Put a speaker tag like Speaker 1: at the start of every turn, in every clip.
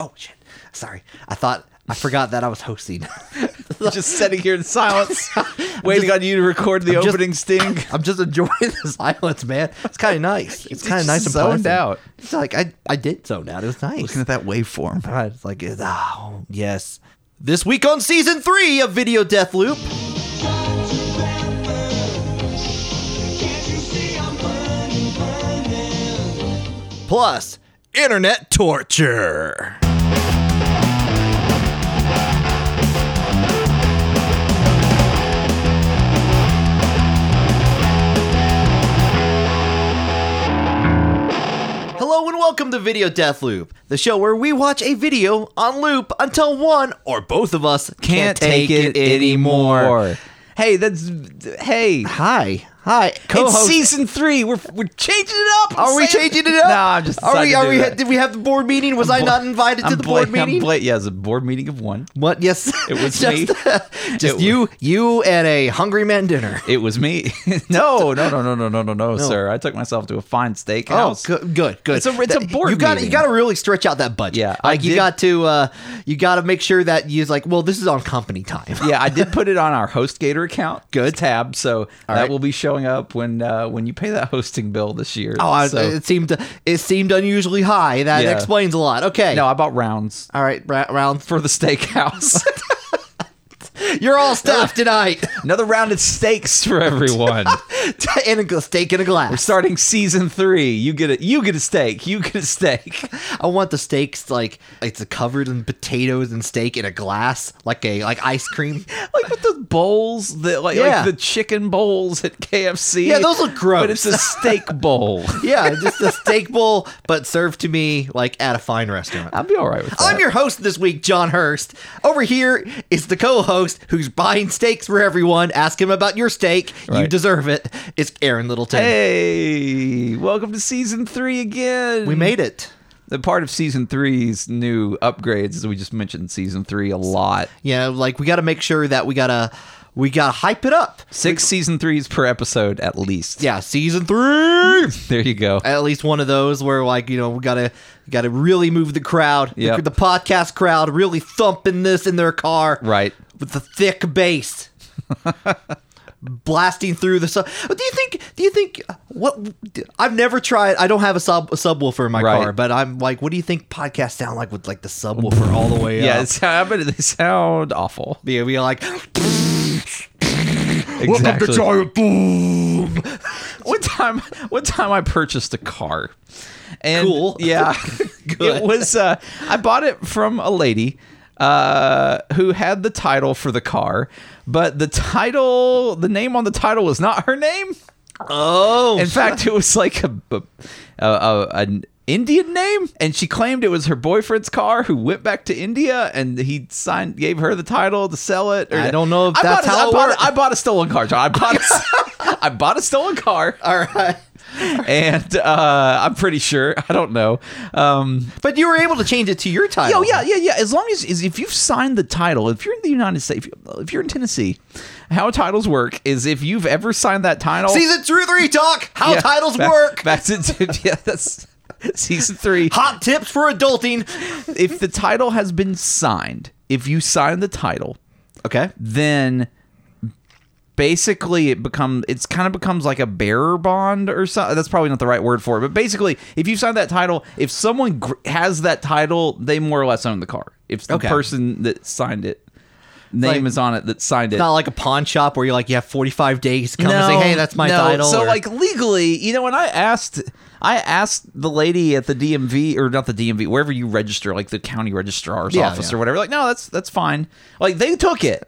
Speaker 1: Oh shit! Sorry, I thought I forgot that I was hosting.
Speaker 2: just sitting here in silence, waiting on you to record the
Speaker 1: I'm just-
Speaker 2: opening sting.
Speaker 1: I'm just enjoying the silence, man. It's kind of nice. It's kind of
Speaker 2: just
Speaker 1: nice and
Speaker 2: zoned
Speaker 1: pleasant.
Speaker 2: out.
Speaker 1: It's like I I did zone out. It was nice.
Speaker 2: Looking at that waveform.
Speaker 1: God, it's like it's- oh yes. This week on season three of Video Death Loop. Plus, internet torture. Hello and welcome to Video Death Loop, the show where we watch a video on loop until one or both of us can't, take, it, anymore.
Speaker 2: Hey, that's hey.
Speaker 1: Hi, hi,
Speaker 2: It's
Speaker 1: co-host.
Speaker 2: season three. We're we're changing it up.
Speaker 1: Are we
Speaker 2: Saying-
Speaker 1: changing it up?
Speaker 2: No, I'm just.
Speaker 1: Are we?
Speaker 2: decided to
Speaker 1: Are
Speaker 2: do
Speaker 1: we?
Speaker 2: that.
Speaker 1: Did we have the board meeting? Was I
Speaker 2: bla-
Speaker 1: not invited to
Speaker 2: I'm
Speaker 1: the board
Speaker 2: bla- I'm
Speaker 1: meeting?
Speaker 2: bla- yeah, it's a board meeting of one.
Speaker 1: what? Yes,
Speaker 2: It was
Speaker 1: just, uh,
Speaker 2: me. It
Speaker 1: just
Speaker 2: was-
Speaker 1: you, you, and a hungry man dinner.
Speaker 2: It was me. no, no, no, no, no, no, no, no, sir. I took myself to a fine steakhouse.
Speaker 1: Oh, good, good, good.
Speaker 2: It's a- it's a
Speaker 1: That-
Speaker 2: board
Speaker 1: You got you
Speaker 2: meeting.
Speaker 1: got to really stretch out that budget.
Speaker 2: Yeah, I
Speaker 1: like you
Speaker 2: did-
Speaker 1: got to uh, you got to make sure that you like. Well, this is on company time.
Speaker 2: yeah, I did put it on our HostGator account.
Speaker 1: Good.
Speaker 2: tab. So that
Speaker 1: right.
Speaker 2: will be showing up when uh, when you pay that hosting bill this year.
Speaker 1: Oh, I,
Speaker 2: so,
Speaker 1: it seemed it seemed unusually high. That
Speaker 2: Yeah.
Speaker 1: explains a lot. Okay,
Speaker 2: no, I bought rounds
Speaker 1: all right, ra- round.
Speaker 2: for the steakhouse.
Speaker 1: You're all stuffed tonight,
Speaker 2: Another round of steaks for everyone.
Speaker 1: in a gl- steak in a glass.
Speaker 2: Starting season three, you get a you get a steak. You get a steak.
Speaker 1: I want the steaks like it's covered in potatoes and steak in a glass, like a like ice cream.
Speaker 2: Like with the bowls, that like,
Speaker 1: Yeah.
Speaker 2: like the chicken bowls at KFC.
Speaker 1: Yeah, those look gross.
Speaker 2: But it's a steak bowl.
Speaker 1: yeah, just a steak bowl, but served to me like at a fine restaurant.
Speaker 2: I'd be all right with that.
Speaker 1: I'm your host this week, John Hurst. Over here is the co-host who's buying steaks for everyone. Ask him about your steak. You
Speaker 2: Right.
Speaker 1: deserve it. It's Aaron Littleton.
Speaker 2: Hey, welcome to season three again.
Speaker 1: We made it.
Speaker 2: the part of season three's new upgrades is we just mentioned season three a lot.
Speaker 1: You know, like we got to make sure that we gotta we gotta hype it up.
Speaker 2: Six season threes per episode at least.
Speaker 1: Yeah, Uh, season three.
Speaker 2: There you go.
Speaker 1: At least one of those where like you know we gotta gotta really move the crowd.
Speaker 2: Yep.
Speaker 1: Look at the podcast crowd really thumping this in their car.
Speaker 2: Right.
Speaker 1: with the thick bass blasting through the sub. Do you think? Do you think what? I've never tried. I don't have a sub a subwoofer in my
Speaker 2: Right.
Speaker 1: car, but I'm like, what do you think podcasts sound like with like the subwoofer all the way
Speaker 2: Yeah,
Speaker 1: up?
Speaker 2: it's, I bet they sound awful.
Speaker 1: Yeah, we like
Speaker 2: Exactly.
Speaker 1: giant boom.
Speaker 2: One time, one time I purchased a car. And
Speaker 1: Cool.
Speaker 2: Yeah.
Speaker 1: Good.
Speaker 2: It was. Uh, I bought it from a lady uh, who had the title for the car, but the title, the name on the title was not her name.
Speaker 1: Oh,
Speaker 2: In fact, it was like a, a, a- an Indian name, and she claimed it was her boyfriend's car, who went back to India, and he signed gave her the title to sell it. or-
Speaker 1: I don't know if
Speaker 2: I
Speaker 1: that's
Speaker 2: bought a-
Speaker 1: how
Speaker 2: I
Speaker 1: it
Speaker 2: bought,
Speaker 1: worked.
Speaker 2: a- I bought a stolen car. John. I bought a, I bought a stolen car,
Speaker 1: all right.
Speaker 2: and uh, I'm pretty sure. I don't know. Um,
Speaker 1: But you were able to change it to your title.
Speaker 2: Oh yeah, yeah, yeah. As long as, as if you've signed the title, if you're in the United States, if, you, if you're in Tennessee, how titles work is if you've ever signed that title.
Speaker 1: Season two, three talk. How
Speaker 2: Yeah,
Speaker 1: Oh, titles
Speaker 2: back-
Speaker 1: work.
Speaker 2: Back to to- yeah, that's season three.
Speaker 1: Hot tips for adulting.
Speaker 2: If the title has been signed, if you sign the title,
Speaker 1: Okay.
Speaker 2: then basically it become it's kind of becomes like a bearer bond or something that's probably not the right word for it but basically if you sign that title if someone gr- has that title they more or less own the car if the
Speaker 1: Okay.
Speaker 2: person that signed it name
Speaker 1: Like-
Speaker 2: is on it that signed it
Speaker 1: Not like a pawn shop where you're like you have 45 days to come and say, hey, that's my
Speaker 2: no.
Speaker 1: title.
Speaker 2: So
Speaker 1: or-
Speaker 2: like legally, you know, when I asked I asked the lady at the DMV or not the DMV, wherever you register, like the county registrar's
Speaker 1: Yeah,
Speaker 2: office
Speaker 1: yeah.
Speaker 2: or whatever, like, no, that's that's fine. Like they took it.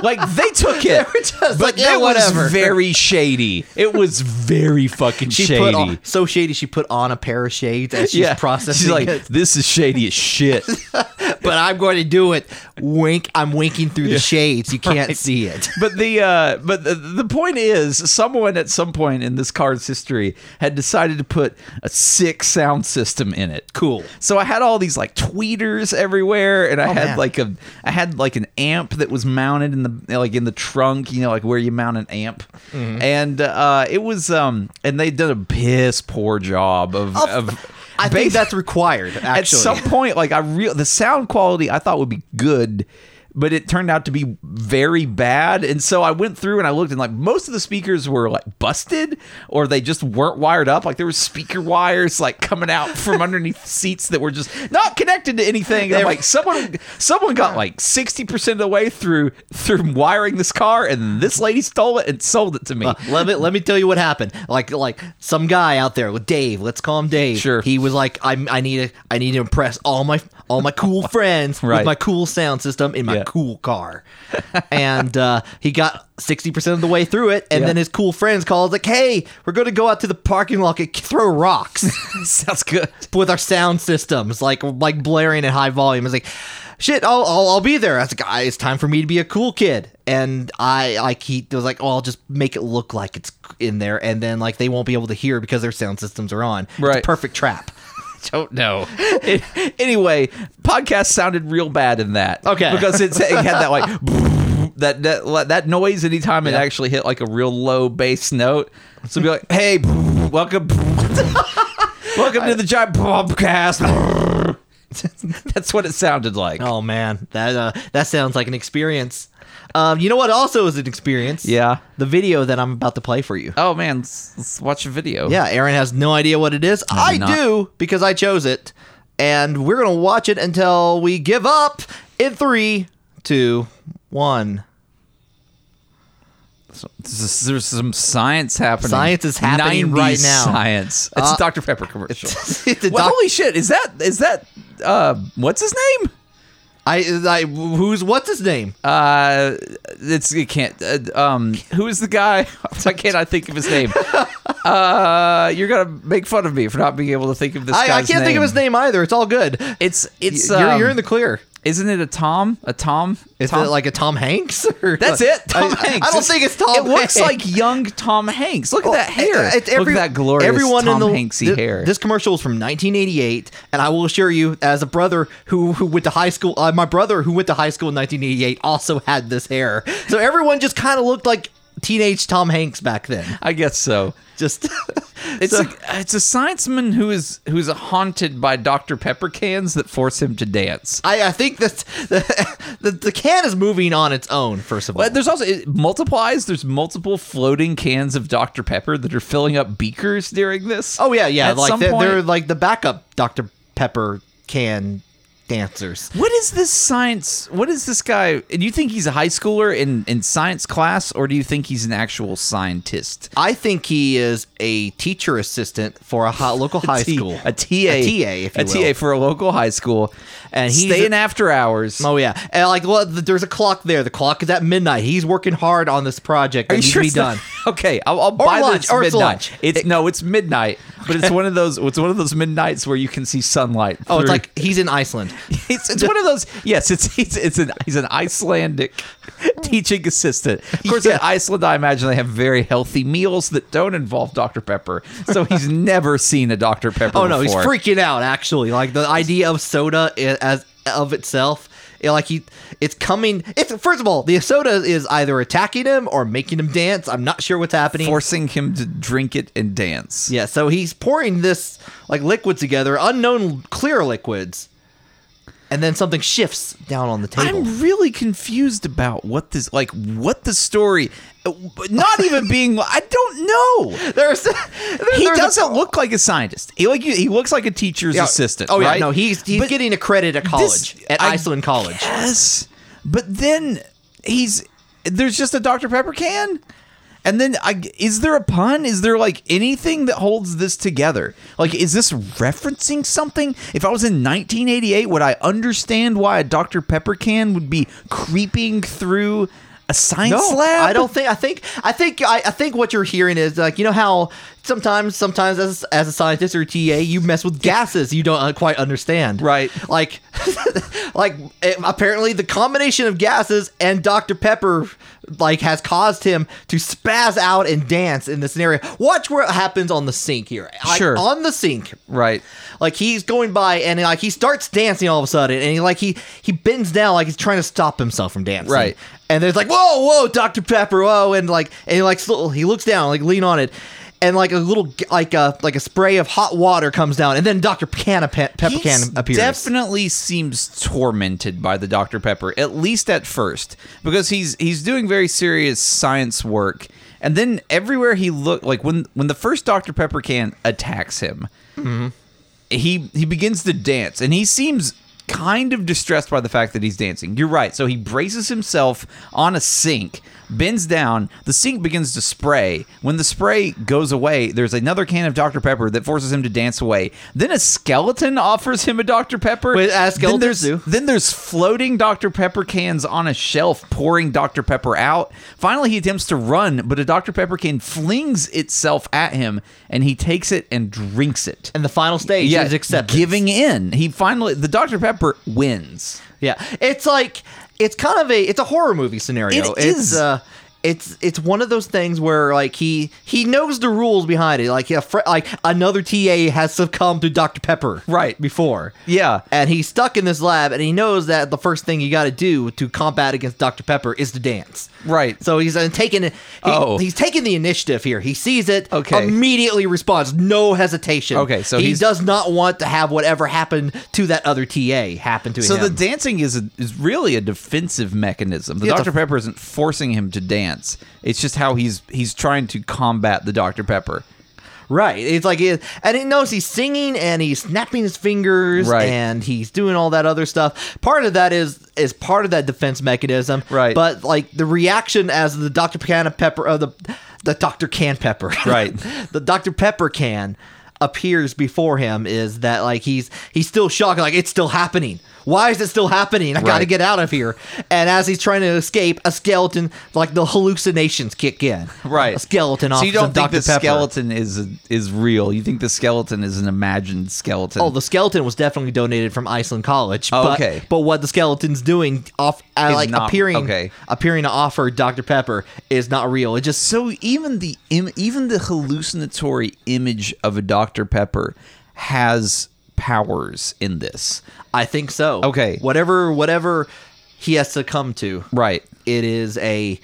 Speaker 2: like they took it.
Speaker 1: were just
Speaker 2: but
Speaker 1: like, yeah,
Speaker 2: it
Speaker 1: whatever.
Speaker 2: was very shady. It was very fucking
Speaker 1: she
Speaker 2: shady.
Speaker 1: put on, so shady she put on a pair of shades as she's
Speaker 2: yeah.
Speaker 1: processing
Speaker 2: She's like,
Speaker 1: it.
Speaker 2: this is shady as shit.
Speaker 1: But I'm going to do it. Wink. I'm winking through the shades. You can't see it.
Speaker 2: but the uh, but the, the point is, someone at some point in this card's history had decided to put a sick sound system in it.
Speaker 1: Cool.
Speaker 2: So I had all these like tweeters everywhere, and I had
Speaker 1: Oh, man.
Speaker 2: like a I had like an amp that was mounted in the like in the trunk, you know, like where you mount an amp, and uh, it was um, and they'd done a piss poor job of. of
Speaker 1: I think that's required. Actually,
Speaker 2: at some point like i real the sound quality i thought would be good but it turned out to be very bad and so i went through and i looked and like most of the speakers were like busted or they just weren't wired up like there was speaker wires like coming out from underneath seats that were just not connected to anything and I'm like someone someone got like 60% of the way through through wiring this car and this lady stole it and sold it to me
Speaker 1: let me let me tell you what happened. Like like some guy out there with Dave. Let's call him Dave.
Speaker 2: Sure.
Speaker 1: He was like, I I need to I need to impress all my all my cool friends
Speaker 2: Right.
Speaker 1: with my cool sound system in my
Speaker 2: Yeah.
Speaker 1: cool car, and uh, he got. 60% of the way through it and
Speaker 2: Yeah.
Speaker 1: then his cool friends called like hey we're going to go out to the parking lot and throw rocks
Speaker 2: sounds good
Speaker 1: with our sound systems, like like blaring at high volume. It's like, shit, I'll I'll, I'll be there. I was like, "Ah, it's time for me to be a cool kid. And I like he was like, oh, I'll just make it look like it's in there, and then like they won't be able to hear because their sound systems are on. It's a
Speaker 2: Right.
Speaker 1: perfect trap.
Speaker 2: don't know. anyway, podcast sounded real bad in that.
Speaker 1: Okay.
Speaker 2: because it's, it had that like that that that noise anytime it actually hit like a real low bass note. So it'd be like, hey, welcome, welcome to the giant podcast. That's what it sounded like.
Speaker 1: Oh man, that uh, that sounds like an experience. Um, you know what? Also, is an experience.
Speaker 2: Yeah.
Speaker 1: the video that I'm about to play for you.
Speaker 2: Oh man, let's, let's watch a video.
Speaker 1: Yeah, Aaron has no idea what it is. I
Speaker 2: not.
Speaker 1: do because I chose it. And we're going to watch it until we give up in three, two, one.
Speaker 2: So, there's, there's some science happening.
Speaker 1: Science is happening
Speaker 2: 90s
Speaker 1: right now.
Speaker 2: Science. It's
Speaker 1: Uh,
Speaker 2: a Dr Pepper commercial.
Speaker 1: It's a
Speaker 2: Well,
Speaker 1: doc-
Speaker 2: holy shit! Is that is that uh, what's his name?
Speaker 1: I, I, who's, what's his name?
Speaker 2: Uh, it's it can't. Uh, um, who is the guy? Why can't I think of his name? Uh, you're gonna make fun of me for not being able to think of this.
Speaker 1: I, I
Speaker 2: guy's
Speaker 1: can't think of his name either. It's all good.
Speaker 2: It's it's.
Speaker 1: you're, you're in
Speaker 2: the.
Speaker 1: the clear.
Speaker 2: Isn't it a Tom? A Tom?
Speaker 1: Is
Speaker 2: Tom?
Speaker 1: it like a Tom Hanks? Or
Speaker 2: That's it. Tom
Speaker 1: I,
Speaker 2: Hanks.
Speaker 1: I don't think it's Tom
Speaker 2: It looks
Speaker 1: Hanks.
Speaker 2: like young Tom Hanks. Look
Speaker 1: Well,
Speaker 2: at that hair.
Speaker 1: it- it's
Speaker 2: Look
Speaker 1: every-
Speaker 2: at that glorious
Speaker 1: everyone
Speaker 2: Tom
Speaker 1: in the,
Speaker 2: Hanksy
Speaker 1: thi-
Speaker 2: hair.
Speaker 1: This commercial is from 1988, and I will assure you, as a brother who who went to high school, uh, my brother who went to high school in 1988 also had this hair. So everyone just kind of looked like teenage Tom Hanks back then.
Speaker 2: I guess so.
Speaker 1: Just
Speaker 2: It's
Speaker 1: so-
Speaker 2: a it's a scienceman who is who's haunted by Dr Pepper cans that force him to dance.
Speaker 1: I, I think that the, the the can is moving on its own. First of all,
Speaker 2: But there's also it multiplies. There's multiple floating cans of Dr Pepper that are filling up beakers during this.
Speaker 1: oh yeah, yeah,
Speaker 2: At
Speaker 1: like
Speaker 2: some
Speaker 1: they're,
Speaker 2: point-
Speaker 1: they're like the backup Dr Pepper can dancers.
Speaker 2: what is this science? What is this guy? Do you think he's a high schooler in in science class, or do you think he's an actual scientist?
Speaker 1: I think he is a teacher assistant for a hot local high
Speaker 2: T-
Speaker 1: school.
Speaker 2: a TA,
Speaker 1: A TA, if you
Speaker 2: a
Speaker 1: will.
Speaker 2: TA for a local high school,
Speaker 1: And
Speaker 2: and
Speaker 1: he's
Speaker 2: he's
Speaker 1: a-
Speaker 2: staying after hours.
Speaker 1: Oh yeah, and like well, th- there's a clock there. The clock is at midnight. He's working hard on this project. That needs to be
Speaker 2: it's not-
Speaker 1: done.
Speaker 2: okay, I'll, I'll buy
Speaker 1: lunch,
Speaker 2: this
Speaker 1: or it's
Speaker 2: midnight.
Speaker 1: lunch.
Speaker 2: It's no, it's midnight, but it's one of those. It's one of those midnights where you can see sunlight.
Speaker 1: Oh, it's
Speaker 2: through-
Speaker 1: like he's in Iceland.
Speaker 2: It's, it's one of those. Yes, it's it's, it's an he's an Icelandic teaching assistant. Of course,
Speaker 1: Yeah.
Speaker 2: in Iceland, I imagine they have very healthy meals that don't involve Dr Pepper. So he's never seen a Dr Pepper.
Speaker 1: Oh no, he's
Speaker 2: before.
Speaker 1: freaking out. Actually, like the idea of soda i- as of itself. yeah, Like he, it's coming. It's first of all, the soda is either attacking him or making him dance. I'm not sure what's happening.
Speaker 2: forcing him to drink it and dance.
Speaker 1: yeah, so he's pouring this like liquid together, unknown clear liquids, and then something shifts down on the table.
Speaker 2: I'm really confused about what this like what the story uh, not even being I don't know.
Speaker 1: there's,
Speaker 2: He
Speaker 1: there's a-
Speaker 2: doesn't look like a scientist. He like he looks like a teacher's
Speaker 1: Yeah.
Speaker 2: assistant.
Speaker 1: Oh yeah,
Speaker 2: right?
Speaker 1: no, he's he's
Speaker 2: But
Speaker 1: getting a credit at college
Speaker 2: this-
Speaker 1: at
Speaker 2: I
Speaker 1: Iceland College.
Speaker 2: Yes, but then he's there's just a Dr Pepper can, and then I is there a pun? Is there like anything that holds this together? Like, is this referencing something? If I was in 1988, would I understand why a Dr Pepper can would be creeping through a science lab?
Speaker 1: I don't think. I think. I think. I, I think what you're hearing is like you know how sometimes, sometimes as as a scientist or a TA, you mess with gases you don't uh, quite understand.
Speaker 2: Right.
Speaker 1: Like, like eh, apparently the combination of gases and Dr Pepper like has caused him to spaz out and dance in this scenario. Watch what happens on the sink here. Like,
Speaker 2: Sure.
Speaker 1: On the sink,
Speaker 2: Right.
Speaker 1: Like he's going by and like he starts dancing all of a sudden and he like he he bends down like he's trying to stop himself from dancing.
Speaker 2: Right.
Speaker 1: And there's like whoa whoa Dr Pepper whoa and like and like slow, he looks down like lean on it. and like a little like a like a spray of hot water comes down, and then Dr. Can Pepper Can
Speaker 2: He's
Speaker 1: appears.
Speaker 2: Definitely seems tormented by the Dr. Pepper, at least at first, because he's he's doing very serious science work. And then everywhere he looked, like when when the first Dr. Pepper can attacks him, he he begins to dance, and he seems kind of distressed by the fact that he's dancing. You're right. So he braces himself on a sink, bends down. The sink begins to spray. When the spray goes away, there's another can of Dr. Pepper that forces him to dance away. Then a skeleton offers him a Dr. Pepper.
Speaker 1: Wait, uh,
Speaker 2: then
Speaker 1: skeletons
Speaker 2: there's
Speaker 1: do.
Speaker 2: then there's floating Dr. Pepper cans on a shelf pouring Dr. Pepper out. Finally, he attempts to run, but a Dr. Pepper can flings itself at him, and he takes it and drinks it
Speaker 1: and the final stage
Speaker 2: yeah,
Speaker 1: is acceptance.
Speaker 2: giving in. He finally, the Dr. Pepper wins.
Speaker 1: Yeah, it's like it's kind of a it's a horror movie scenario.
Speaker 2: It
Speaker 1: it's,
Speaker 2: is.
Speaker 1: Uh, it's it's one of those things where like he he knows the rules behind it. Like a fr- like another TA has succumbed to Dr Pepper
Speaker 2: Right.
Speaker 1: before.
Speaker 2: Yeah.
Speaker 1: and he's stuck in this lab, and he knows that the first thing you got to do to combat against Dr Pepper is to dance.
Speaker 2: Right.
Speaker 1: So he's uh, taking he,
Speaker 2: Oh.
Speaker 1: he's taking the initiative here. He sees it.
Speaker 2: Okay.
Speaker 1: Immediately responds, no hesitation.
Speaker 2: Okay, so
Speaker 1: he
Speaker 2: he's-
Speaker 1: does not want to have whatever happened to that other TA happen to
Speaker 2: So
Speaker 1: him.
Speaker 2: the dancing is a, is really a defensive mechanism. The
Speaker 1: Yeah, the-
Speaker 2: Dr. Pepper isn't forcing him to dance. It's just how he's he's trying to combat the Dr. Pepper.
Speaker 1: Right. It's like, it, and he knows he's singing and he's snapping his fingers
Speaker 2: Right.
Speaker 1: and he's doing all that other stuff. Part of that is is part of that defense mechanism.
Speaker 2: Right.
Speaker 1: But like the reaction as the Dr. Can of Pepper, uh, the the Dr. Can Pepper,
Speaker 2: Right.
Speaker 1: the Dr. Pepper can appears before him is that like he's he's still shocked like it's still happening why is it still happening i gotta
Speaker 2: Right.
Speaker 1: get out of here and as he's trying to escape a skeleton like the hallucinations kick in
Speaker 2: Right.
Speaker 1: a skeleton
Speaker 2: So
Speaker 1: offers
Speaker 2: you
Speaker 1: him
Speaker 2: don't think
Speaker 1: Dr.
Speaker 2: the
Speaker 1: Pepper.
Speaker 2: skeleton is is real. You think the skeleton is an imagined skeleton.
Speaker 1: Oh, the skeleton was definitely donated from Iceland College.
Speaker 2: Oh,
Speaker 1: but,
Speaker 2: okay.
Speaker 1: But what the skeleton's doing off uh,
Speaker 2: Is
Speaker 1: like
Speaker 2: not-
Speaker 1: appearing
Speaker 2: okay.
Speaker 1: appearing to offer Dr. Pepper is not real. It just
Speaker 2: so even the Im- even the hallucinatory image of a Dr. Pepper has powers in this.
Speaker 1: I think so.
Speaker 2: Okay.
Speaker 1: Whatever whatever he has to come to.
Speaker 2: Right.
Speaker 1: It is a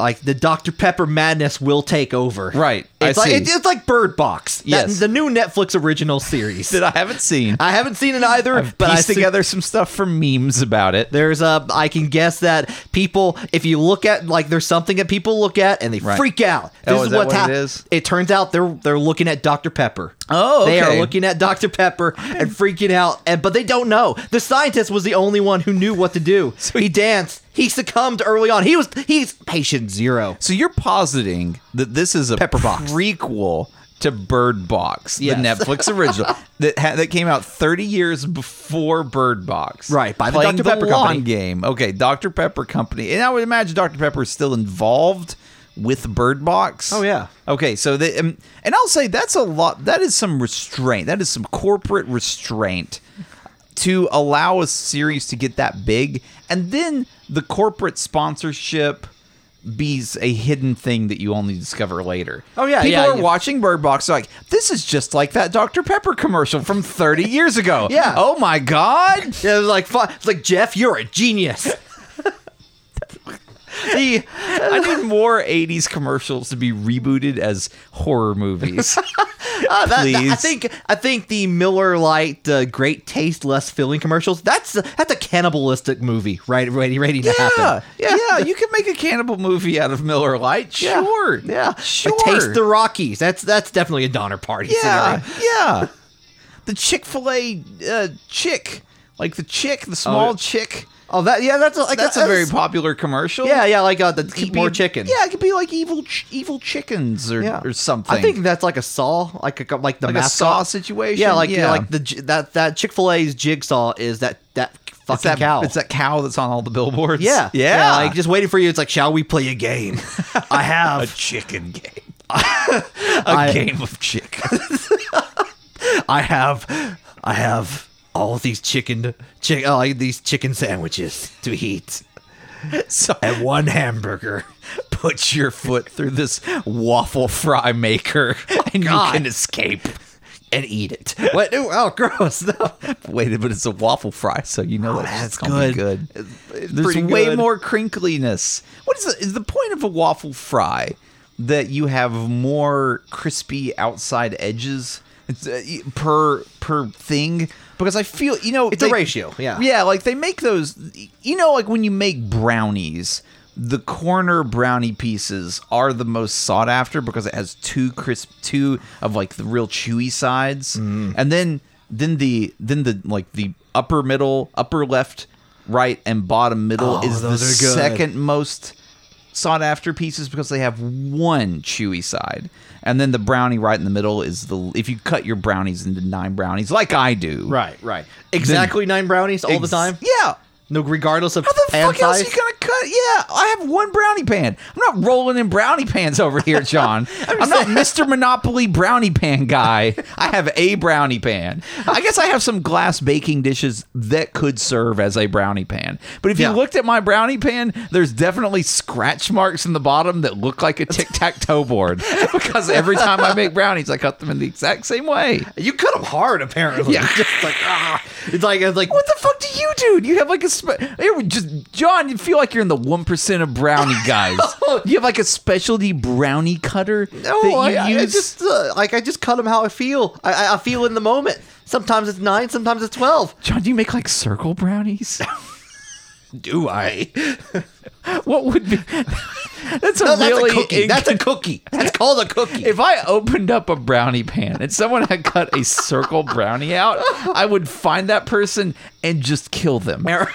Speaker 1: like the Dr. Pepper madness will take over.
Speaker 2: Right. I
Speaker 1: It's like
Speaker 2: see.
Speaker 1: it- it's like Bird Box. That-
Speaker 2: Yes.
Speaker 1: the new Netflix original series.
Speaker 2: That I haven't seen.
Speaker 1: I haven't seen it either, but I
Speaker 2: pieced
Speaker 1: see-
Speaker 2: together some stuff from memes about it.
Speaker 1: There's a I can guess that people if you look at like there's something that people look at and they
Speaker 2: Right.
Speaker 1: freak out. This
Speaker 2: Oh, is that
Speaker 1: what's
Speaker 2: what
Speaker 1: hap-
Speaker 2: it is?
Speaker 1: It turns out they're they're looking at Dr Pepper.
Speaker 2: Oh,
Speaker 1: they are
Speaker 2: okay.
Speaker 1: looking at Dr Pepper and freaking out, and but they don't know. The scientist was the only one who knew what to do. he danced. He succumbed early on. He was he's patient zero.
Speaker 2: So you're positing that this is a
Speaker 1: Pepper Box.
Speaker 2: prequel to Bird Box,
Speaker 1: Yes.
Speaker 2: the Netflix original that ha- that came out 30 years before Bird Box,
Speaker 1: Right, by the
Speaker 2: Playing
Speaker 1: Dr.
Speaker 2: the
Speaker 1: Pepper
Speaker 2: long
Speaker 1: Company.
Speaker 2: game. Okay, Dr. Pepper Company, and I would imagine Dr. Pepper is still involved with Bird Box.
Speaker 1: Oh, yeah.
Speaker 2: Okay, so they, um, and I'll say that's a lot. That is some restraint. That is some corporate restraint to allow a series to get that big, and then the corporate sponsorship be's a hidden thing that you only discover later.
Speaker 1: Oh, yeah,
Speaker 2: people
Speaker 1: yeah,
Speaker 2: are
Speaker 1: yeah.
Speaker 2: watching Bird Box like this is just like that Dr Pepper commercial from 30 years ago.
Speaker 1: Yeah.
Speaker 2: Oh my God.
Speaker 1: Yeah, it was like fun. It's like Jeff, you're a genius. the
Speaker 2: I need more 80s commercials to be rebooted as horror movies.
Speaker 1: Uh, that- that- I
Speaker 2: Please.
Speaker 1: think I think the Miller Lite uh, Great Taste Less Filling commercials. That's that's a cannibalistic movie, right? Ready, ready to
Speaker 2: Yeah,
Speaker 1: happen.
Speaker 2: yeah, you can make a cannibal movie out of Miller Lite.
Speaker 1: Yeah.
Speaker 2: Sure,
Speaker 1: yeah.
Speaker 2: sure.
Speaker 1: Like, Taste the Rockies. That's that's definitely a Donner Party
Speaker 2: yeah,
Speaker 1: scenario.
Speaker 2: yeah. The Chick Fil A uh, chick, like the chick, the small
Speaker 1: yeah.
Speaker 2: chick.
Speaker 1: Oh, that yeah, that's a, like
Speaker 2: That's a very popular commercial.
Speaker 1: yeah, yeah, like uh, the
Speaker 2: It could
Speaker 1: eat more
Speaker 2: be-
Speaker 1: chicken.
Speaker 2: Yeah, it could be like evil, ch- evil chickens or,
Speaker 1: yeah,
Speaker 2: or something.
Speaker 1: I think that's like a saw, like a, like the
Speaker 2: Like a
Speaker 1: mascot.
Speaker 2: saw situation?
Speaker 1: Yeah, like
Speaker 2: Yeah.
Speaker 1: like the j- that that Chick Fil A's jigsaw is that that fucking
Speaker 2: it's that
Speaker 1: cow.
Speaker 2: It's that cow that's on all the billboards.
Speaker 1: yeah,
Speaker 2: yeah.
Speaker 1: like just waiting for you. It's like, shall we play a game? I have
Speaker 2: a chicken game, a
Speaker 1: I-
Speaker 2: game of chicken.
Speaker 1: I have, I have all these chicken, chick, oh, these chicken sandwiches to eat,
Speaker 2: so
Speaker 1: and one hamburger.
Speaker 2: put your foot through this waffle fry maker, and
Speaker 1: God.
Speaker 2: you can escape.
Speaker 1: And eat it. What? Ooh, oh, gross! No.
Speaker 2: Wait, but it's a waffle fry, so you know that
Speaker 1: Oh, that's
Speaker 2: it's gonna be
Speaker 1: good.
Speaker 2: good.
Speaker 1: It's- it's
Speaker 2: There's
Speaker 1: pretty
Speaker 2: way
Speaker 1: good.
Speaker 2: more crinkliness. What is the, is the point of a waffle fry? that you have more crispy outside edges it's, uh, y- per per thing because I feel you know
Speaker 1: It's a ratio, yeah.
Speaker 2: yeah like they make those you know like when you make brownies the corner brownie pieces are the most sought after because it has two crisp two of like the real chewy sides
Speaker 1: Mm-hmm.
Speaker 2: and then then the then the like the upper middle upper left right and bottom middle
Speaker 1: Oh,
Speaker 2: is the
Speaker 1: those are good.
Speaker 2: second most sought after pieces because they have one chewy side and then the brownie right in the middle is the if you cut your brownies into nine brownies like i do
Speaker 1: Right, right. Exactly nine brownies all the
Speaker 2: Ex-
Speaker 1: time.
Speaker 2: yeah
Speaker 1: No, regardless of
Speaker 2: how the
Speaker 1: pan
Speaker 2: fuck else
Speaker 1: size.
Speaker 2: you gonna cut? Yeah, I have one brownie pan. I'm not rolling in brownie pans over here, John. I'm, not Mr. Monopoly brownie pan guy. I have a brownie pan. I guess I have some glass baking dishes that could serve as a brownie pan. But if
Speaker 1: Yeah.
Speaker 2: you looked at my brownie pan, there's definitely scratch marks in the bottom that look like a tic tac toe board because every time I make brownies, I cut them in the exact same way.
Speaker 1: You cut them hard, apparently.
Speaker 2: Yeah.
Speaker 1: Just like ah, it's like it's like
Speaker 2: What the fuck do you do? You have like a spe- it would just John. You feel like you're in the one percent of brownie guys. you have like a specialty brownie cutter
Speaker 1: no,
Speaker 2: that you
Speaker 1: I, I
Speaker 2: use.
Speaker 1: just uh, like I just cut them how I feel. I, I, I feel in the moment. Sometimes it's nine, sometimes it's twelve.
Speaker 2: John, do you make like circle brownies?
Speaker 1: Do I?
Speaker 2: what would be? That's a
Speaker 1: No, that's
Speaker 2: really
Speaker 1: a cookie.
Speaker 2: inc-
Speaker 1: that's a cookie. That's called a cookie.
Speaker 2: if I opened up a brownie pan and someone had cut a circle brownie out, I would find that person and just kill them.
Speaker 1: Aaron-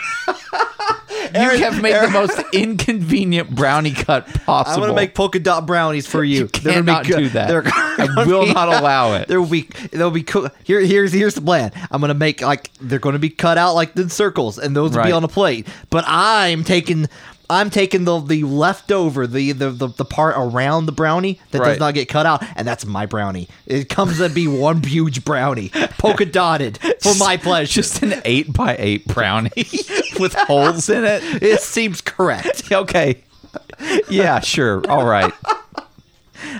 Speaker 2: you have made the most inconvenient brownie cut possible.
Speaker 1: I'm gonna make polka dot brownies for you.
Speaker 2: You
Speaker 1: They're gonna be
Speaker 2: cannot
Speaker 1: good.
Speaker 2: do that.
Speaker 1: They're
Speaker 2: I
Speaker 1: gonna
Speaker 2: will
Speaker 1: be-
Speaker 2: not allow it.
Speaker 1: They'll be they'll be cook. Here here's here's the plan. I'm gonna make like they're gonna be cut out like in circles, and those will be
Speaker 2: Right.
Speaker 1: on a plate. But I'm taking. I'm taking the the leftover, the the, the, the part around the brownie that does
Speaker 2: Right.
Speaker 1: not get cut out, and that's my brownie. It comes to be one huge brownie, polka dotted for my pleasure.
Speaker 2: Just an eight by eight brownie with holes in it.
Speaker 1: it seems correct.
Speaker 2: Okay. Yeah, sure. All right.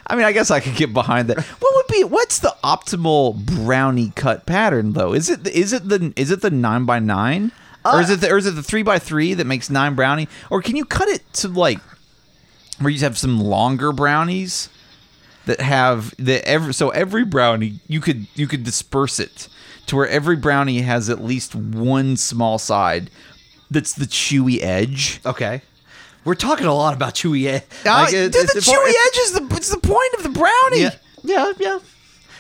Speaker 2: I mean, I guess I could get behind that. What would be? What's the optimal brownie cut pattern, though? Is it is it the is it the nine by nine, or is it the, or is it the three by three that makes nine brownie? Or can you cut it to like where you have some longer brownies that have that every so every brownie you could you could disperse it to where every brownie has at least one small side that's the chewy edge.
Speaker 1: Okay, we're talking a lot about chewy edge.
Speaker 2: Uh,
Speaker 1: Like, it-
Speaker 2: dude,
Speaker 1: it's
Speaker 2: the
Speaker 1: important-
Speaker 2: chewy edge is the it's the point of the brownie.
Speaker 1: Yeah, yeah, yeah.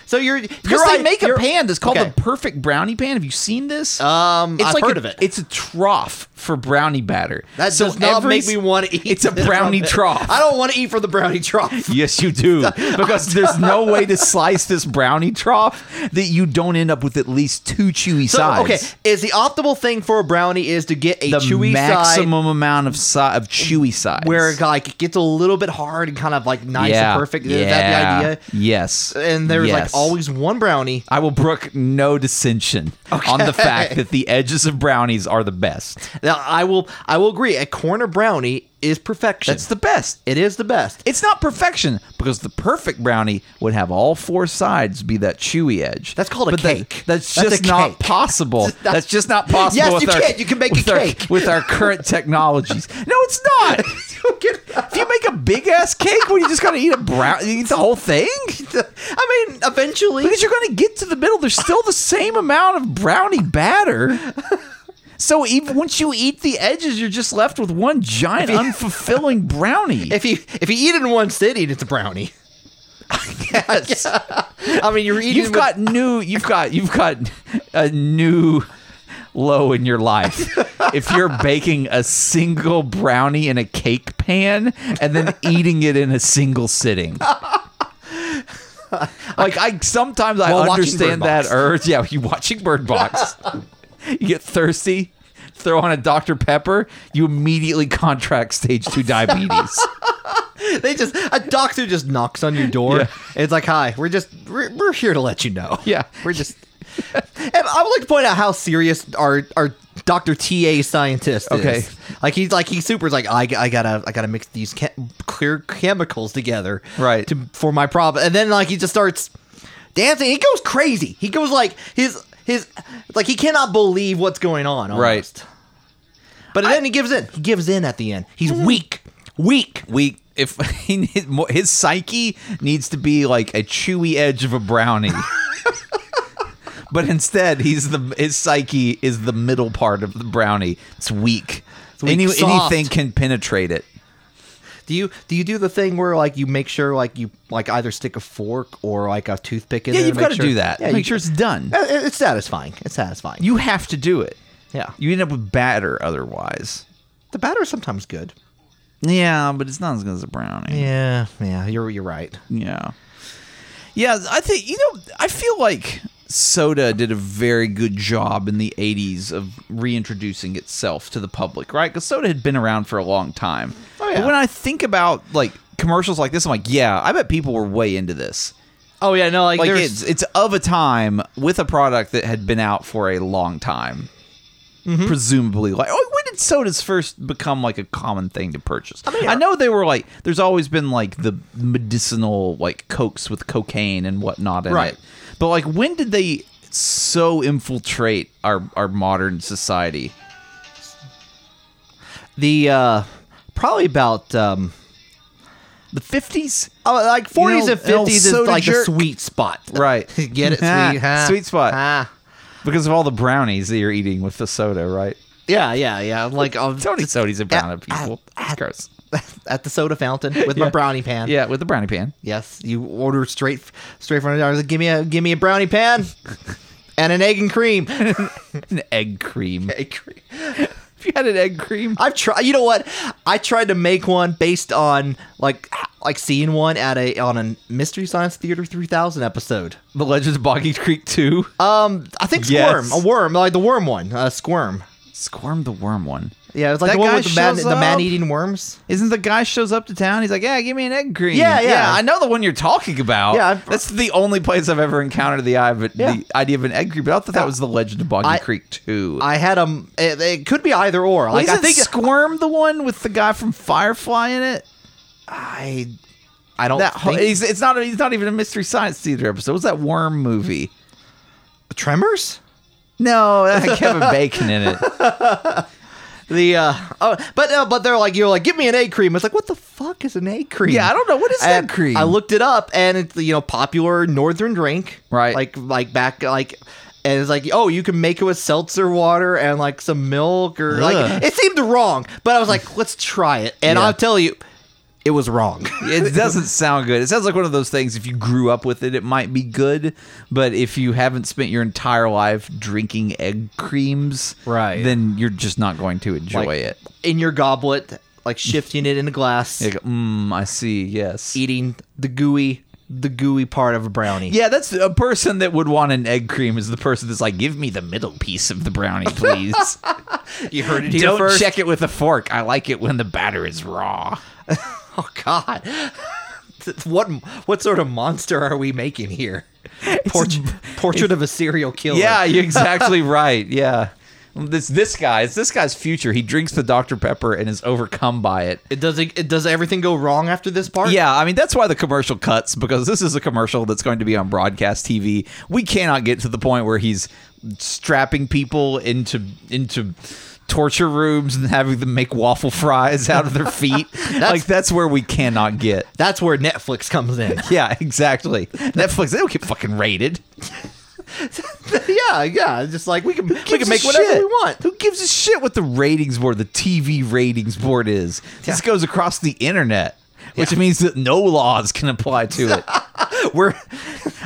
Speaker 1: So you're you're
Speaker 2: Because they
Speaker 1: right,
Speaker 2: make a
Speaker 1: you're-
Speaker 2: pan that's called
Speaker 1: okay.
Speaker 2: the perfect brownie pan. Have you seen this?
Speaker 1: Um, I've
Speaker 2: like
Speaker 1: heard
Speaker 2: a-
Speaker 1: of it.
Speaker 2: It's a trough for brownie batter.
Speaker 1: That
Speaker 2: So
Speaker 1: does not
Speaker 2: every
Speaker 1: make me
Speaker 2: s-
Speaker 1: want to eat.
Speaker 2: It's a
Speaker 1: from
Speaker 2: brownie
Speaker 1: it.
Speaker 2: trough.
Speaker 1: I don't want to eat from the brownie trough.
Speaker 2: Yes, you do. Because there's no way to slice this brownie trough that you don't end up with at least two chewy
Speaker 1: So,
Speaker 2: sides.
Speaker 1: okay, is the optimal thing for a brownie is to get a
Speaker 2: The
Speaker 1: chewy side
Speaker 2: maximum amount of si- of chewy sides.
Speaker 1: where it, like it gets a little bit hard and kind of like nice
Speaker 2: yeah,
Speaker 1: and perfect.
Speaker 2: Yeah.
Speaker 1: Is that the idea?
Speaker 2: Yes.
Speaker 1: And there's like
Speaker 2: Yes.
Speaker 1: always one brownie.
Speaker 2: I will brook no dissension on the fact
Speaker 1: Okay.
Speaker 2: that the edges of brownies are the best.
Speaker 1: Now I will I will agree. A corner brownie is perfection.
Speaker 2: That's the best.
Speaker 1: it is the best.
Speaker 2: It's not perfection because the perfect brownie would have all four sides be that chewy edge.
Speaker 1: That's called a
Speaker 2: But that-
Speaker 1: cake.
Speaker 2: that's
Speaker 1: That's
Speaker 2: just
Speaker 1: a
Speaker 2: not
Speaker 1: cake.
Speaker 2: possible.
Speaker 1: That's not-
Speaker 2: that's just not possible.
Speaker 1: Yes,
Speaker 2: with
Speaker 1: you
Speaker 2: our,
Speaker 1: can. You can make a
Speaker 2: with our-
Speaker 1: cake.
Speaker 2: with our current technologies. No, it's not. if you make a big ass cake, what are you just gonna eat a brown? You eat the whole thing?
Speaker 1: I mean, eventually,
Speaker 2: Because you're gonna get to the middle. There's still the same amount of brownie batter. So even once you eat the edges, you're just left with one giant, unfulfilling brownie.
Speaker 1: if you if you eat it in one sitting, it's a brownie.
Speaker 2: Yes.
Speaker 1: I mean, you're eating.
Speaker 2: you've
Speaker 1: with-
Speaker 2: got new you've got you've got a new low in your life if you're baking a single brownie in a cake pan and then eating it in a single sitting like i sometimes i
Speaker 1: While watching
Speaker 2: understand
Speaker 1: Bird
Speaker 2: that
Speaker 1: Box.
Speaker 2: urge yeah you watching bird box you get thirsty throw on a dr pepper you immediately contract stage 2 diabetes
Speaker 1: they just a doctor just knocks on your door.
Speaker 2: Yeah.
Speaker 1: It's like, hi, we're just we're, we're here to let you know.
Speaker 2: Yeah.
Speaker 1: we're just. and I would like to point out how serious our our Doctor T A scientist
Speaker 2: Okay.
Speaker 1: is. Like he's like he's super. Like I, I gotta I gotta mix these chem- clear chemicals together.
Speaker 2: Right.
Speaker 1: To for my problem, and then like he just starts dancing. He goes crazy. He goes like his his like he cannot believe what's going on. Almost.
Speaker 2: Right. Mm-hmm.
Speaker 1: But then he gives in. He gives in at the end. He's weak. Weak.
Speaker 2: weak if he needs more, his psyche needs to be like a chewy edge of a brownie. but instead, he's the his psyche is the middle part of the brownie. It's weak.
Speaker 1: weak,
Speaker 2: Any,
Speaker 1: soft.
Speaker 2: anything can penetrate it.
Speaker 1: Do you do you do the thing where like you make sure like you like either stick a fork or like a toothpick in
Speaker 2: Yeah,
Speaker 1: there?
Speaker 2: you've
Speaker 1: make
Speaker 2: got to
Speaker 1: sure-
Speaker 2: do that.
Speaker 1: Yeah,
Speaker 2: Make
Speaker 1: you-
Speaker 2: sure it's done.
Speaker 1: Uh, it- It's satisfying. It's satisfying.
Speaker 2: You have to do it.
Speaker 1: yeah,
Speaker 2: You end up with batter otherwise.
Speaker 1: the batter is sometimes good.
Speaker 2: Yeah, but it's not as good as a brownie.
Speaker 1: Yeah, yeah, you're you're right.
Speaker 2: Yeah. Yeah, I think you know, I feel like soda did a very good job in the 80s of reintroducing itself to the public, right? Cuz soda had been around for a long time.
Speaker 1: Oh, yeah.
Speaker 2: But when I think about like commercials like this, I'm like, yeah, I bet people were way into this.
Speaker 1: Oh yeah, no,
Speaker 2: Like it's it's of a time with a product that had been out for a long time.
Speaker 1: Mm-hmm.
Speaker 2: Presumably, like, oh, when did sodas first become like a common thing to purchase? I,
Speaker 1: mean, are-
Speaker 2: know they were like, there's always been like the medicinal like cokes with cocaine and whatnot in
Speaker 1: Right.
Speaker 2: it, but like, when did they so infiltrate our our modern society?
Speaker 1: the uh, probably about um,
Speaker 2: The fifties,
Speaker 1: oh, like 40s
Speaker 2: know,
Speaker 1: and
Speaker 2: an old
Speaker 1: 50s is
Speaker 2: soda
Speaker 1: like the
Speaker 2: jerk.
Speaker 1: sweet spot.
Speaker 2: Right.
Speaker 1: Get it, sweet, huh?
Speaker 2: Sweet spot.
Speaker 1: Huh?
Speaker 2: because of all the brownies that you're eating with the soda, right?
Speaker 1: Yeah, yeah, yeah. Like um,
Speaker 2: Tony Sody's a brownie
Speaker 1: ah,
Speaker 2: people.
Speaker 1: ah.
Speaker 2: It's gross.
Speaker 1: at the soda fountain with my
Speaker 2: Yeah.
Speaker 1: brownie pan.
Speaker 2: Yeah, with the brownie pan.
Speaker 1: Yes, you order straight straight from the like, Give me a give me a brownie pan and an egg and cream.
Speaker 2: an egg cream.
Speaker 1: Egg cream. Uh,
Speaker 2: If you had an egg cream,
Speaker 1: I've tried. You know what? I tried to make one based on like h- like seeing one at a on a Mystery Science Theater 3000 episode.
Speaker 2: The Legends of Boggy Creek 2.
Speaker 1: Um, I think squirm,
Speaker 2: Yes.
Speaker 1: a worm, like the worm one, uh, squirm.
Speaker 2: Squirm the Worm one.
Speaker 1: Yeah, it's like
Speaker 2: That
Speaker 1: the one
Speaker 2: guy
Speaker 1: with the man,
Speaker 2: shows
Speaker 1: the
Speaker 2: up.
Speaker 1: man eating worms.
Speaker 2: Isn't the guy shows up to town? He's like, "Yeah, give me an egg cream."
Speaker 1: Yeah, yeah.
Speaker 2: I know the one you're talking about.
Speaker 1: Yeah, I've-
Speaker 2: that's the only place I've ever encountered the eye of it,
Speaker 1: Yeah.
Speaker 2: the idea of an egg cream. But I thought that was the Legend of Boggy
Speaker 1: I-
Speaker 2: Creek two.
Speaker 1: I had them. It, it could be either or. Like
Speaker 2: Isn't
Speaker 1: I think
Speaker 2: Squirm the one with the guy from Firefly in it.
Speaker 1: I, I don't
Speaker 2: That whole,
Speaker 1: think
Speaker 2: he's, it's not he's not even a Mystery Science Theater episode. What's that Worm movie?
Speaker 1: Tremors.
Speaker 2: No, that had Kevin Bacon in it.
Speaker 1: The uh, oh, but uh, but they're like you're like give me an egg cream. It's like what the fuck is an egg cream?
Speaker 2: Yeah, I don't know. What is
Speaker 1: And
Speaker 2: egg cream.
Speaker 1: I looked it up, and it's you know popular northern drink,
Speaker 2: Right.
Speaker 1: Like like back like, and it's like oh you can make it with seltzer water and like some milk or
Speaker 2: Ugh.
Speaker 1: like it seemed wrong, but I was like let's try it, and
Speaker 2: Yeah.
Speaker 1: I'll tell you, it was wrong.
Speaker 2: It doesn't sound good. It sounds like one of those things. If you grew up with it, it might be good, but if you haven't spent your entire life drinking egg creams,
Speaker 1: Right.
Speaker 2: then you're just not going to enjoy
Speaker 1: Like,
Speaker 2: it.
Speaker 1: in your goblet, like shifting it in a glass,
Speaker 2: Like, mm, I see. Yes.
Speaker 1: eating the gooey the gooey part of a brownie.
Speaker 2: Yeah, that's a person that would want an egg cream is the person that's like, give me the middle piece of the brownie, please.
Speaker 1: you heard it here
Speaker 2: Don't
Speaker 1: first.
Speaker 2: check it with a fork. I like it when the batter is raw.
Speaker 1: Oh God! what what sort of monster are we making here? Port- portrait of a serial killer.
Speaker 2: Yeah, you're exactly right. Yeah. This this guy, it's this guy's future. He drinks the Dr. Pepper and is overcome by it.
Speaker 1: It does it, does everything go wrong after this part?
Speaker 2: Yeah, I mean that's why the commercial cuts because this is a commercial that's going to be on broadcast TV. We cannot get to the point where he's strapping people into into torture rooms and having them make waffle fries out of their feet. like that's where we cannot get.
Speaker 1: That's where Netflix comes in.
Speaker 2: Yeah, exactly. Netflix they don't get fucking rated.
Speaker 1: yeah, yeah. Just like we can we
Speaker 2: Who
Speaker 1: can
Speaker 2: gives
Speaker 1: make
Speaker 2: a
Speaker 1: whatever
Speaker 2: shit?
Speaker 1: we want.
Speaker 2: Who gives a shit what the ratings board, the TV ratings board is? This
Speaker 1: Yeah.
Speaker 2: goes across the internet, which means that no laws can apply to it. we're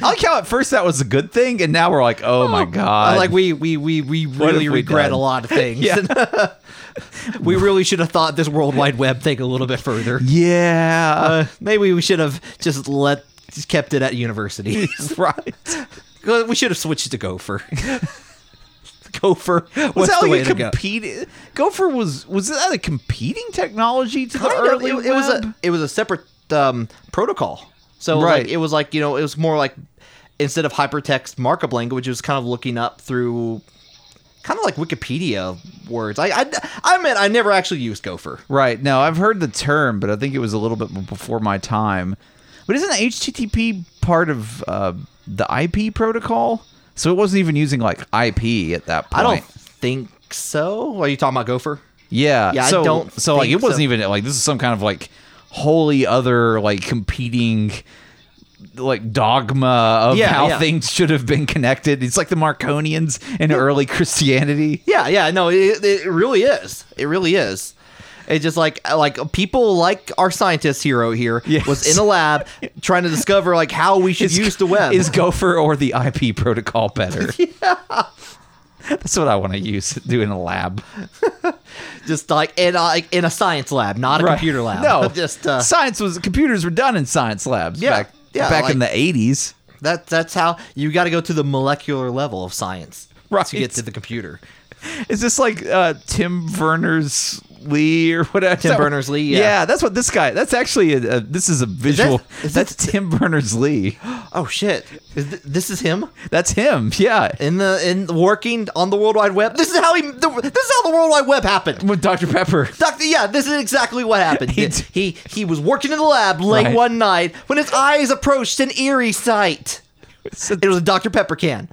Speaker 2: I like how at first that was a good thing, and now we're like, oh, my god,
Speaker 1: like we we we Uh, we
Speaker 2: have
Speaker 1: really
Speaker 2: we
Speaker 1: regret
Speaker 2: done?
Speaker 1: a lot of things. we really should have thought this World Wide Web thing a little bit further.
Speaker 2: yeah,
Speaker 1: Maybe we should have just let just kept it at university.
Speaker 2: right.
Speaker 1: we should have switched to Gopher. Gopher
Speaker 2: Was
Speaker 1: was
Speaker 2: that
Speaker 1: the
Speaker 2: like
Speaker 1: way
Speaker 2: a
Speaker 1: to go.
Speaker 2: compete? Gopher was was that a competing technology to the
Speaker 1: Kind of.
Speaker 2: early?
Speaker 1: it, it was
Speaker 2: web?
Speaker 1: a it was a separate um, protocol. So like,
Speaker 2: Right.
Speaker 1: it was like you know it was more like instead of hypertext markup language, it was kind of looking up through kind of like Wikipedia words. I I, I meant I never actually used Gopher.
Speaker 2: Right. No, I've heard the term, but I think it was a little bit before my time. But isn't HTTP part of uh, the IP protocol? So it wasn't even using like IP at that point.
Speaker 1: I don't think so. Are you talking about Gopher?
Speaker 2: Yeah.
Speaker 1: Yeah, I
Speaker 2: so,
Speaker 1: don't
Speaker 2: So like,
Speaker 1: think
Speaker 2: it wasn't
Speaker 1: so.
Speaker 2: even like this is some kind of like wholly other like competing like dogma of
Speaker 1: Yeah,
Speaker 2: how
Speaker 1: yeah.
Speaker 2: things should have been connected. It's like the Marconians in early Christianity.
Speaker 1: Yeah, yeah, no, it, it really is. It really is. It's just like like people like our scientist hero here
Speaker 2: Yes.
Speaker 1: was in a lab trying to discover like how we should use the web.
Speaker 2: Is Gopher or the IP protocol better? That's what I want to use. Do in a lab,
Speaker 1: just like in a, like in a science lab, not a computer lab.
Speaker 2: No,
Speaker 1: just uh,
Speaker 2: science was computers were done in science labs.
Speaker 1: Yeah,
Speaker 2: back,
Speaker 1: yeah,
Speaker 2: back in
Speaker 1: like-
Speaker 2: the eighties.
Speaker 1: that that's how you got to go to the molecular level of science
Speaker 2: Right.
Speaker 1: to get to the computer.
Speaker 2: Is this like uh, Tim Berners Lee or whatever?
Speaker 1: Tim Berners-Lee, yeah.
Speaker 2: that's what this guy. That's actually a, a this is a visual.
Speaker 1: is
Speaker 2: that's Tim Berners Lee.
Speaker 1: Oh shit! Is th- this is him
Speaker 2: That's him. Yeah,
Speaker 1: in the in working on the World Wide Web. This is how he. The, this is how the World Wide Web happened.
Speaker 2: with Dr Pepper.
Speaker 1: Doctor, yeah, this is exactly what happened.
Speaker 2: He
Speaker 1: He
Speaker 2: d-
Speaker 1: he, was working in the lab late
Speaker 2: Right.
Speaker 1: one night when his eyes approached an eerie sight. It was a Dr. Pepper can.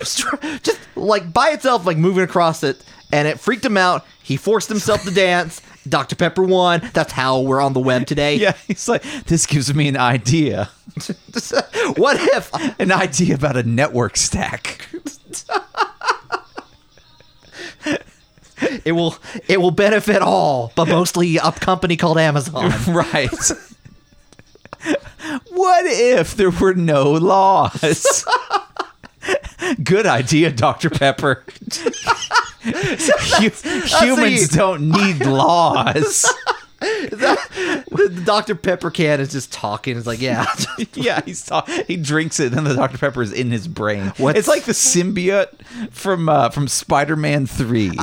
Speaker 1: Just like by itself, like moving across it, and it freaked him out. He forced himself to dance. Dr. Pepper won. That's how we're on the web today.
Speaker 2: Yeah, he's like this gives me an idea,
Speaker 1: what if
Speaker 2: an idea about a network stack.
Speaker 1: it will it will benefit all, but mostly a company called Amazon.
Speaker 2: right. what if there were no laws? Good idea, Dr. Pepper. Hu-
Speaker 1: the-
Speaker 2: humans don't need laws.
Speaker 1: the, the Dr. Pepper can is just talking. It's like, yeah.
Speaker 2: yeah, he's ta- he drinks it, and the Dr. Pepper is in his brain.
Speaker 1: What's-
Speaker 2: It's like the symbiote from uh, from Spider Man Three.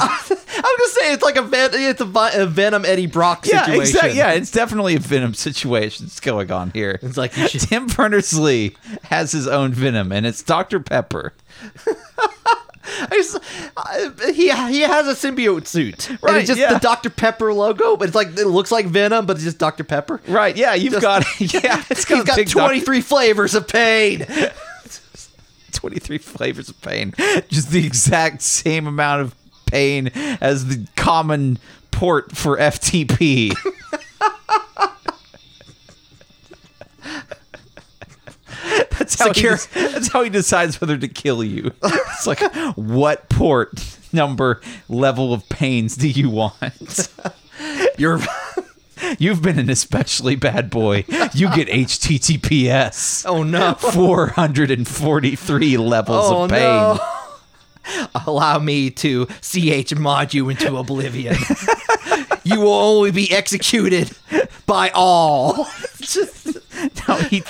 Speaker 1: I was gonna say it's like a ven- it's a, vi- a Venom Eddie Brock
Speaker 2: yeah,
Speaker 1: situation.
Speaker 2: exactly. Yeah, it's definitely a Venom situation that's going on here.
Speaker 1: It's like you should-
Speaker 2: Tim Berners Lee has his own Venom, and it's Dr. Pepper.
Speaker 1: I just- I- he he has a symbiote suit, right?
Speaker 2: Right,
Speaker 1: it's just
Speaker 2: yeah.
Speaker 1: the Dr Pepper logo, but it's like it looks like Venom, but it's just Dr Pepper.
Speaker 2: Right. Yeah, you've
Speaker 1: Just-
Speaker 2: got yeah, it's got,
Speaker 1: He's got
Speaker 2: big
Speaker 1: twenty three flavors of pain.
Speaker 2: doc- 23 flavors of pain. Just the exact same amount of pain as the common port for FTP. That's how, he
Speaker 1: Secure-
Speaker 2: des- that's how he decides whether to kill you. It's like, what port number level of pains do you want?
Speaker 1: You're
Speaker 2: You've been an especially bad boy. You get HTTPS.
Speaker 1: oh no,
Speaker 2: 443 levels
Speaker 1: oh
Speaker 2: of pain.
Speaker 1: no. Allow me to ch mod you into oblivion. you will only be executed by all. Just-
Speaker 2: Now eat,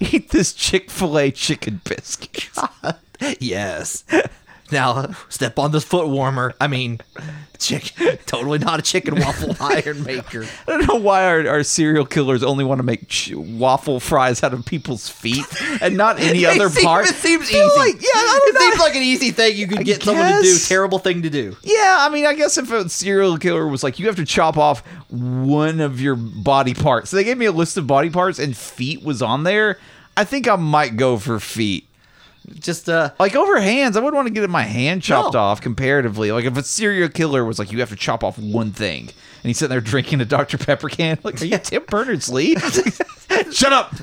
Speaker 2: eat this Chick fil A chicken biscuit.
Speaker 1: yes. Now step on this foot warmer. I mean, chick. Totally not a chicken waffle iron maker.
Speaker 2: I don't know why our, our serial killers only want to make ch- waffle fries out of people's feet and not any
Speaker 1: It
Speaker 2: other
Speaker 1: seems-
Speaker 2: part.
Speaker 1: It seems
Speaker 2: I
Speaker 1: easy.
Speaker 2: feel like- yeah, I
Speaker 1: it
Speaker 2: don't know.
Speaker 1: seems like an easy thing you could get someone to do.
Speaker 2: guess.
Speaker 1: Terrible thing to do.
Speaker 2: yeah, I mean, I guess if a serial killer was like, you have to chop off one of your body parts. So they gave me a list of body parts and feet was on there. I think I might go for feet.
Speaker 1: Just uh,
Speaker 2: Like over hands, I would want to get my hand chopped
Speaker 1: No.
Speaker 2: off comparatively. Like if a serial killer was like, you have to chop off one thing, and he's sitting there drinking a Dr. Pepper can. Like, are you Tim Berners Lee? Shut up.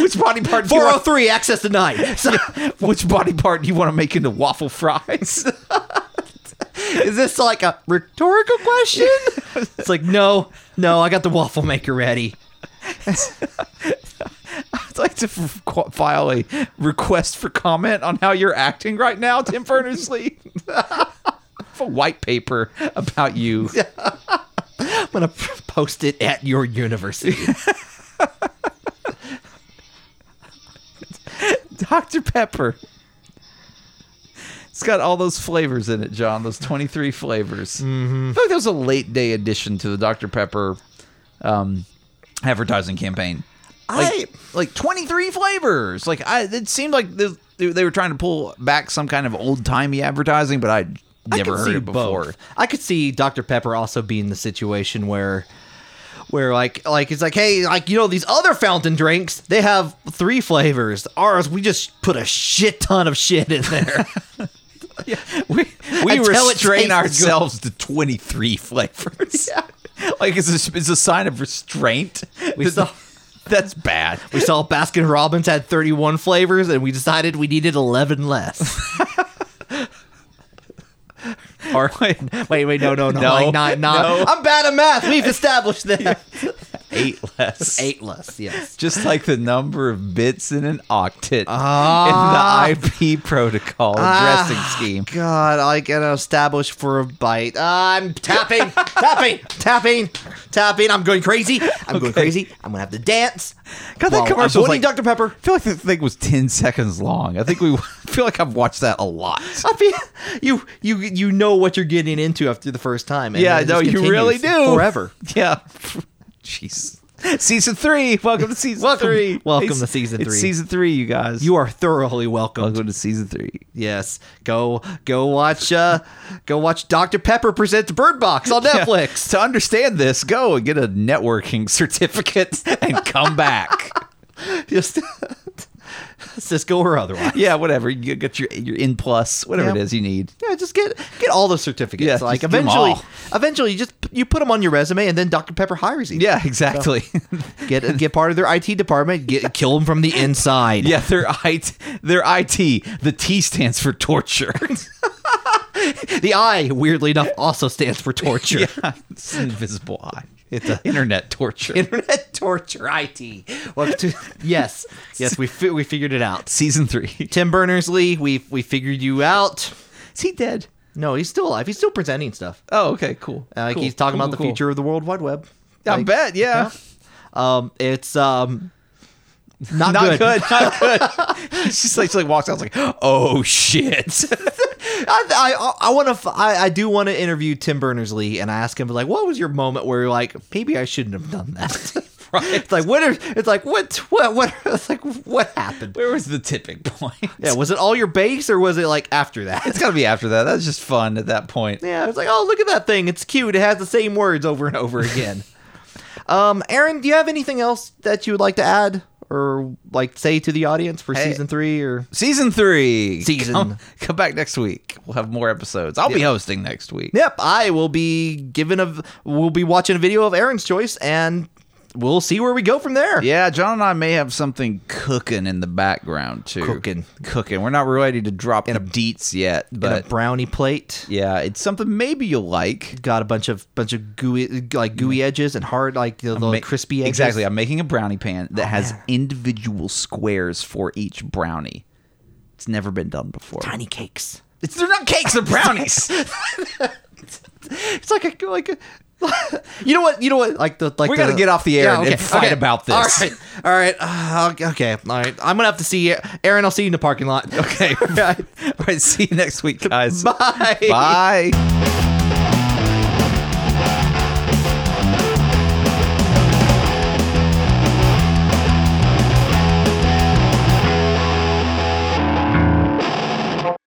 Speaker 2: Which body part? Do you
Speaker 1: four oh
Speaker 2: want,
Speaker 1: three access denied. So,
Speaker 2: which body part do you want to make into waffle fries?
Speaker 1: is this like a rhetorical question? it's like no, no. I got the waffle maker ready.
Speaker 2: I'd like to f- qu- file a request for comment on how you're acting right now, Tim Berners Lee. a white paper about you.
Speaker 1: I'm gonna post it at your university.
Speaker 2: Dr. Pepper. It's got all those flavors in it, John. Those twenty-three flavors.
Speaker 1: Mm-hmm.
Speaker 2: I feel like that was a late day addition to the Dr. Pepper um, advertising campaign. Like, like twenty-three flavors. Like I, it seemed like the- they, they were trying to pull back some kind of old-timey advertising, but I'd never
Speaker 1: could
Speaker 2: heard it before.
Speaker 1: both. I could see Dr. Pepper also being the situation where where like like it's like hey like you know these other fountain drinks they have three flavors ours we just put a shit ton of shit in there
Speaker 2: We we
Speaker 1: Until it
Speaker 2: restrain
Speaker 1: tastes
Speaker 2: ourselves to twenty-three flavors. like it's a, it's a sign of restraint.
Speaker 1: We
Speaker 2: That-
Speaker 1: saw-
Speaker 2: that's bad.
Speaker 1: We saw Baskin Robbins had 31 flavors, and we decided we needed 11 less.
Speaker 2: Or wait,
Speaker 1: wait, wait, no, no, no,
Speaker 2: No,
Speaker 1: like nine, nine.
Speaker 2: no.
Speaker 1: I'm bad at math. We've established that.
Speaker 2: eight less.
Speaker 1: Eight less, yes.
Speaker 2: Just like the number of bits in an octet
Speaker 1: Ah.
Speaker 2: in the IP protocol addressing scheme.
Speaker 1: God, I can establish for a bite. I'm tapping, tapping, tapping, tapping. I'm going crazy. I'm going
Speaker 2: Okay.
Speaker 1: crazy. I'm gonna have to dance.
Speaker 2: God, that
Speaker 1: while I'm
Speaker 2: commercial was
Speaker 1: avoiding
Speaker 2: like-
Speaker 1: Dr Pepper.
Speaker 2: I feel like the thing was ten seconds long. I think we I feel like I've watched that a lot.
Speaker 1: I feel you, you, you know what you're getting into after the first time. and then
Speaker 2: Yeah,
Speaker 1: it
Speaker 2: no,
Speaker 1: just
Speaker 2: you
Speaker 1: continues
Speaker 2: really do.
Speaker 1: forever.
Speaker 2: Yeah. Jeez. Season three. Welcome to season
Speaker 1: Welcome-
Speaker 2: three.
Speaker 1: welcome
Speaker 2: It's-
Speaker 1: to season
Speaker 2: It's
Speaker 1: three.
Speaker 2: season three, you guys.
Speaker 1: You are thoroughly welcome.
Speaker 2: welcome to season three.
Speaker 1: Yes, go go watch uh go watch Dr Pepper presents Bird Box on
Speaker 2: Yeah.
Speaker 1: Netflix.
Speaker 2: To understand this, go and get a networking certificate and come back.
Speaker 1: Just Cisco or otherwise.
Speaker 2: yeah, whatever. You get your your in plus, whatever
Speaker 1: Yeah.
Speaker 2: it is you need.
Speaker 1: Yeah, just get get all the certificates.
Speaker 2: Yeah,
Speaker 1: like
Speaker 2: just do 'em
Speaker 1: eventually,
Speaker 2: all.
Speaker 1: eventually you just you put them on your resume, and then Dr Pepper hires you.
Speaker 2: Yeah, exactly.
Speaker 1: get get part of their IT department. Get kill them from the inside.
Speaker 2: yeah, their IT, their IT. The T stands for torture.
Speaker 1: the I weirdly enough also stands for torture.
Speaker 2: it's an invisible eye. It's a internet torture.
Speaker 1: Internet torture IT. Welcome to yes, yes, we fi- we figured it out.
Speaker 2: season three.
Speaker 1: Tim Berners Lee, we we figured you out.
Speaker 2: Is he dead?
Speaker 1: No, he's still alive. He's still presenting stuff.
Speaker 2: Oh, okay, cool.
Speaker 1: Uh, like
Speaker 2: Cool,
Speaker 1: he's talking
Speaker 2: cool,
Speaker 1: about the
Speaker 2: cool, cool.
Speaker 1: future of the World Wide Web.
Speaker 2: I
Speaker 1: Like,
Speaker 2: bet, yeah.
Speaker 1: Um, it's um, not, good.
Speaker 2: Not good. not good. He's just like, just like walks out like, oh shit.
Speaker 1: I I, I want to. I, I do want to interview Tim Berners Lee and ask him like, what was your moment where you're like, maybe I shouldn't have done that.
Speaker 2: Right.
Speaker 1: It's like what? Are, it's like what? What? What? It's like what happened?
Speaker 2: Where was the tipping point?
Speaker 1: Yeah. Was it all your base or was it like after that?
Speaker 2: It's gotta be after that. That's just fun at that point.
Speaker 1: Yeah. It's like oh look at that thing. It's cute. It has the same words over and over again. um, Aaron, do you have anything else that you would like to add or like say to the audience for
Speaker 2: Hey.
Speaker 1: season three or?
Speaker 2: Season three.
Speaker 1: Season.
Speaker 2: Come, come back next week. We'll have more episodes. I'll be hosting next week.
Speaker 1: Yep, I will be given a we'll be watching a video of Aaron's choice and we'll see where we go from there.
Speaker 2: Yeah, John and I may have something cooking in the background too.
Speaker 1: Cooking.
Speaker 2: Cooking. We're not ready to drop the deets yet,
Speaker 1: In a
Speaker 2: but
Speaker 1: brownie plate.
Speaker 2: yeah, it's something maybe you'll like.
Speaker 1: Got a bunch of bunch of gooey like gooey edges and hard like the little
Speaker 2: Mm. Ma-
Speaker 1: crispy edges. Oh,
Speaker 2: Exactly. I'm making a brownie pan that has
Speaker 1: man.
Speaker 2: individual squares for each brownie. It's never been done before.
Speaker 1: Tiny cakes.
Speaker 2: It's, they're not cakes, they're brownies.
Speaker 1: It's like a like a You know what? You know what? Like the like
Speaker 2: We gotta
Speaker 1: the-
Speaker 2: get off the air and- and fight about this.
Speaker 1: All right, all right, uh, okay, all right. I'm gonna have to see you, Aaron. I'll see you in the parking lot.
Speaker 2: okay. All right. See you next week, guys.
Speaker 1: Bye.
Speaker 2: Bye.